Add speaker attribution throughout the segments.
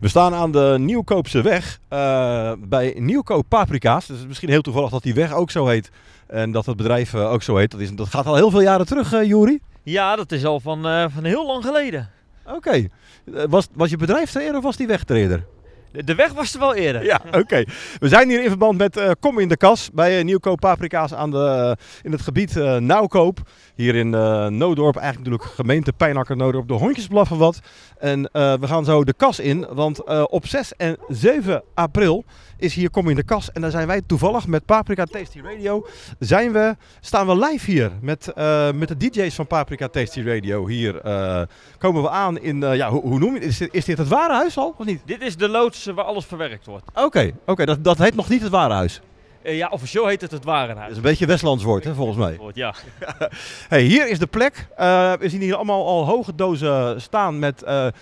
Speaker 1: We staan aan de Nieuwkoopse weg eh, bij Nieuwkoop Paprika's. Dus het is misschien heel toevallig dat die weg ook zo heet. En dat het bedrijf eh, ook zo heet. Dat, is, dat gaat al heel veel jaren terug, eh Jori.
Speaker 2: Ja, dat is al van, eh, van heel lang geleden.
Speaker 1: Oké. Eh, Was, was je bedrijf er eerder of was die weg er eerder?
Speaker 2: De, de weg was er wel eerder.
Speaker 1: Ja, oké. We zijn hier in verband met eh, Kom in de Kas bij eh, Nieuwkoop Paprika's aan de, in het gebied eh Nauwkoop. Hier in eh Noodorp, eigenlijk natuurlijk gemeente Pijnakker Noodorp, de hondjes blaffen wat. En eh, we gaan zo de kas in, want eh, op 6 en 7 april is hier Kom in de Kas. En daar zijn wij toevallig met Paprika Tasty Radio, zijn we, staan we live hier met, eh, met de DJ's van Paprika Tasty Radio. Hier eh, komen we aan in, eh, ja, hoe, hoe noem je het? Is dit, is dit het ware huis al of niet?
Speaker 2: Dit is de loods eh, waar alles verwerkt wordt.
Speaker 1: Oké, oké, dat, dat heet nog niet het warenhuis.
Speaker 2: Eh, ja, officieel heet het het
Speaker 1: Dat
Speaker 2: Warenhuis.
Speaker 1: is een beetje Westlands woord, hè, volgens mij.
Speaker 2: Wordt, Ja.
Speaker 1: Hey, hier is de plek. Eh, we zien hier allemaal al hoge dozen staan met eh, eh,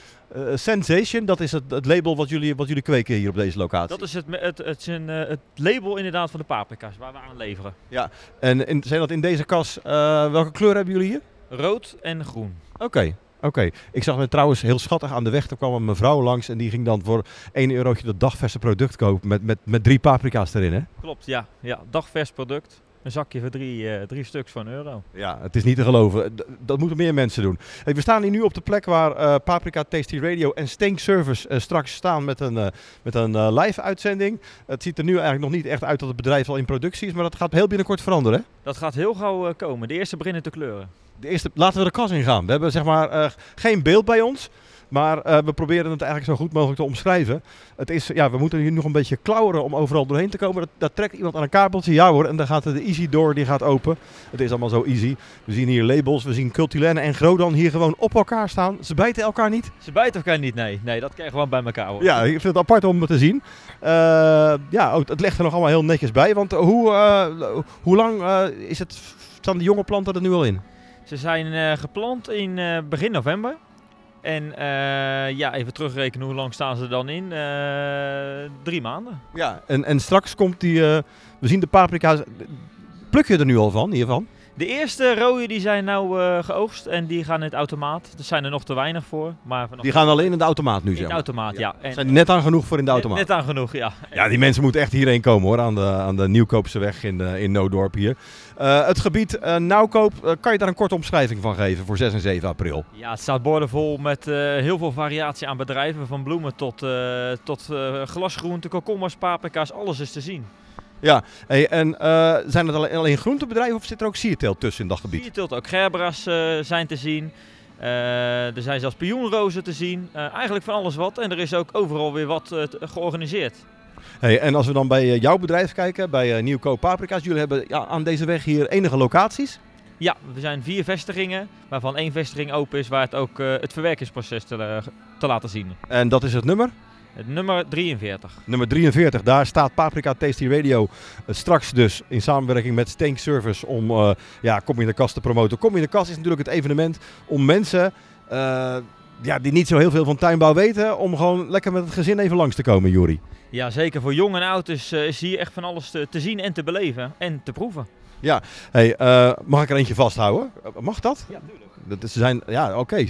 Speaker 1: Sensation. Dat is het, het label wat jullie, wat jullie kweken hier op deze locatie.
Speaker 2: Dat is het, me- het, het, zijn, eh, het label inderdaad van de paprika's waar we aan leveren.
Speaker 1: En in, zijn dat in deze kas, eh, welke kleur hebben jullie hier?
Speaker 2: Rood en groen.
Speaker 1: Oké. Oké, ik zag me trouwens heel schattig aan de weg. Er kwam een mevrouw langs en die ging dan voor 1 eurotje dat dagverse product kopen met, met, met drie paprika's erin. Hè?
Speaker 2: Klopt, ja. ja. Dagvers product. Een zakje voor drie, eh, drie stuks voor een euro.
Speaker 1: Ja, het is niet te geloven. D- dat moeten meer mensen doen. Hey, we staan hier nu op de plek waar eh, Paprika Tasty Radio en Stink Service eh, straks staan met een, eh, met een eh, live uitzending. Het ziet er nu eigenlijk nog niet echt uit dat het bedrijf al in productie is, maar dat gaat heel binnenkort veranderen. Hè?
Speaker 2: Dat gaat heel gauw eh, komen. De eerste beginnen te kleuren.
Speaker 1: De eerste, laten we de kas ingaan. We hebben zeg maar eh, geen beeld bij ons. Maar eh, we proberen het eigenlijk zo goed mogelijk te omschrijven. Het is, ja, we moeten hier nog een beetje klauweren om overal doorheen te komen. Dat, daar trekt iemand aan een kabeltje. Ja hoor, en dan gaat de easy door, die gaat open. Het is allemaal zo easy. We zien hier labels, we zien Cultilene en Grodan hier gewoon op elkaar staan. Ze bijten elkaar niet.
Speaker 2: Ze bijten elkaar niet, nee. Nee, dat krijgen we gewoon bij elkaar. Hoor.
Speaker 1: Ja, ik vind het apart om te zien. Eh, ja, ook- het legt er nog allemaal heel netjes bij. Want hoe, eh, hoe lang eh, is het, staan de jonge planten er nu al in?
Speaker 2: Ze zijn eh, geplant in eh, begin november. En eh, ja, even terugrekenen, hoe lang staan ze er dan in? Eh, drie maanden.
Speaker 1: Ja, en, en straks komt die. eh, we zien de paprika's. Pluk je er nu al van, hiervan?
Speaker 2: De eerste rode die zijn nou eh, geoogst en die gaan in het automaat. Er zijn er nog te weinig voor, maar vanaf
Speaker 1: Die gaan alleen in de automaat nu,
Speaker 2: in
Speaker 1: zeg
Speaker 2: het
Speaker 1: maar.
Speaker 2: automaat, ja. En
Speaker 1: Zijn er net aan genoeg voor in de automaat?
Speaker 2: Net, net aan genoeg, ja.
Speaker 1: Ja, die mensen moeten echt hierheen komen hoor, aan de, aan de Nieuwkoopse weg in, eh, in Noodorp hier. Eh, het gebied eh Nauwkoop, eh, kan je daar een korte omschrijving van geven voor 6 en 7 april?
Speaker 2: Ja, het staat boordevol met eh, heel veel variatie aan bedrijven. Van bloemen tot, eh tot eh, glasgroenten, komkommers, paprika's, alles is te zien.
Speaker 1: Hey, en eh, zijn het alleen, alleen groentebedrijven of zit er ook sierteelt tussen in dat gebied?
Speaker 2: Hier tilt ook gerberas eh, zijn te zien. Eh, er zijn zelfs pioenrozen te zien. Eh, eigenlijk van alles wat. En er is ook overal weer wat eh, te- georganiseerd.
Speaker 1: Hey, en als we dan bij eh, jouw bedrijf kijken, bij eh, Nieuwkoop Paprika's, jullie hebben ja, aan deze weg hier enige locaties.
Speaker 2: Ja, er zijn vier vestigingen, waarvan één vestiging open is, waar het ook eh, het verwerkingsproces te, eh, te laten zien.
Speaker 1: En dat is het nummer?
Speaker 2: Het nummer 43.
Speaker 1: Nummer 43, daar staat Paprika Tasty Radio eh, straks dus in samenwerking met Stank Service om eh, ja, Kom in de Kast te promoten. Kom in de Kast is natuurlijk het evenement om mensen eh, ja, die niet zo heel veel van tuinbouw weten, om gewoon lekker met het gezin even langs te komen, Juri.
Speaker 2: Ja, zeker voor jong en oud is, eh, is hier echt van alles te, te zien en te beleven en te proeven.
Speaker 1: Hey, eh, mag ik er eentje vasthouden? Eh, Mag dat?
Speaker 2: Ja, natuurlijk.
Speaker 1: dat is- ze zijn, ja, oké.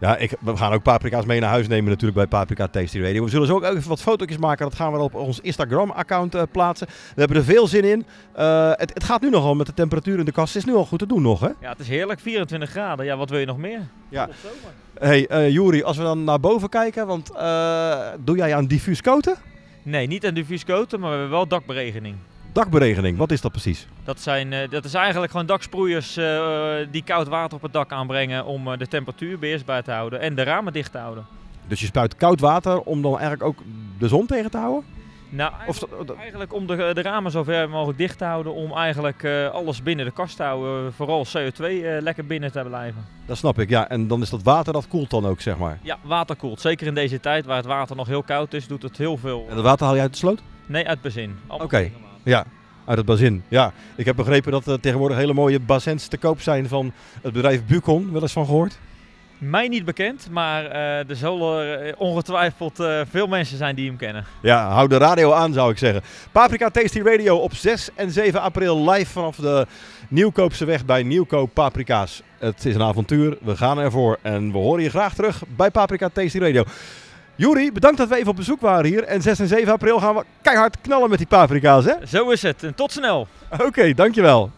Speaker 1: Ja, ik, we gaan ook paprika's mee naar huis nemen natuurlijk bij Paprika Tasty Radio. We zullen zo ook even wat fotootjes maken. Dat gaan we op ons Instagram-account eh, plaatsen. We hebben er veel zin in. Eh, het, het gaat nu nogal met de temperatuur in de kast. Het is nu al goed te doen nog, hè?
Speaker 2: Ja, het is heerlijk, 24 graden. Ja, wat wil je nog meer?
Speaker 1: Ja.
Speaker 2: Tot zomer.
Speaker 1: hey, eh Juri, als we dan naar boven kijken. Want eh, doe jij aan diffuus koten?
Speaker 2: Nee, niet aan diffuus koten, maar we hebben wel dakberegening.
Speaker 1: Dakberegening, wat is dat precies?
Speaker 2: Dat, zijn, eh, dat is eigenlijk gewoon daksproeiers eh, die koud water op het dak aanbrengen om eh, de temperatuur beheersbaar te houden en de ramen dicht te houden.
Speaker 1: Dus je spuit koud water om dan eigenlijk ook de zon tegen te houden?
Speaker 2: Nou,
Speaker 1: Of,
Speaker 2: eigenlijk, eigenlijk om de, de ramen zo ver mogelijk dicht te houden, om eigenlijk eh, alles binnen de kast te houden, vooral CO2 eh, lekker binnen te blijven.
Speaker 1: dat snap ik, ja. En dan is dat water, dat koelt dan ook, zeg maar.
Speaker 2: Ja, water koelt. Zeker in deze tijd waar het water nog heel koud is, doet het heel veel.
Speaker 1: En dat water haal je uit de sloot?
Speaker 2: Nee, uit bezin. Allemaal
Speaker 1: Oké.
Speaker 2: helemaal.
Speaker 1: Ja, uit het bazin. Ja, ik heb begrepen dat er tegenwoordig hele mooie bazins te koop zijn van het bedrijf Bucon. Wel eens van gehoord?
Speaker 2: Mij niet bekend, maar eh, er zullen eh, ongetwijfeld eh, veel mensen zijn die hem kennen.
Speaker 1: Ja, hou de radio aan zou ik zeggen. Paprika Tasty Radio op 6 en 7 april live vanaf de Nieuwkoopse weg bij Nieuwkoop Paprika's. Het is een avontuur, we gaan ervoor en we horen je graag terug bij Paprika Tasty Radio. Juri, bedankt dat we even op bezoek waren hier. En 6 en 7 april gaan we keihard knallen met die paprika's, hè?
Speaker 2: Zo is het. En tot snel.
Speaker 1: Oké, dankjewel.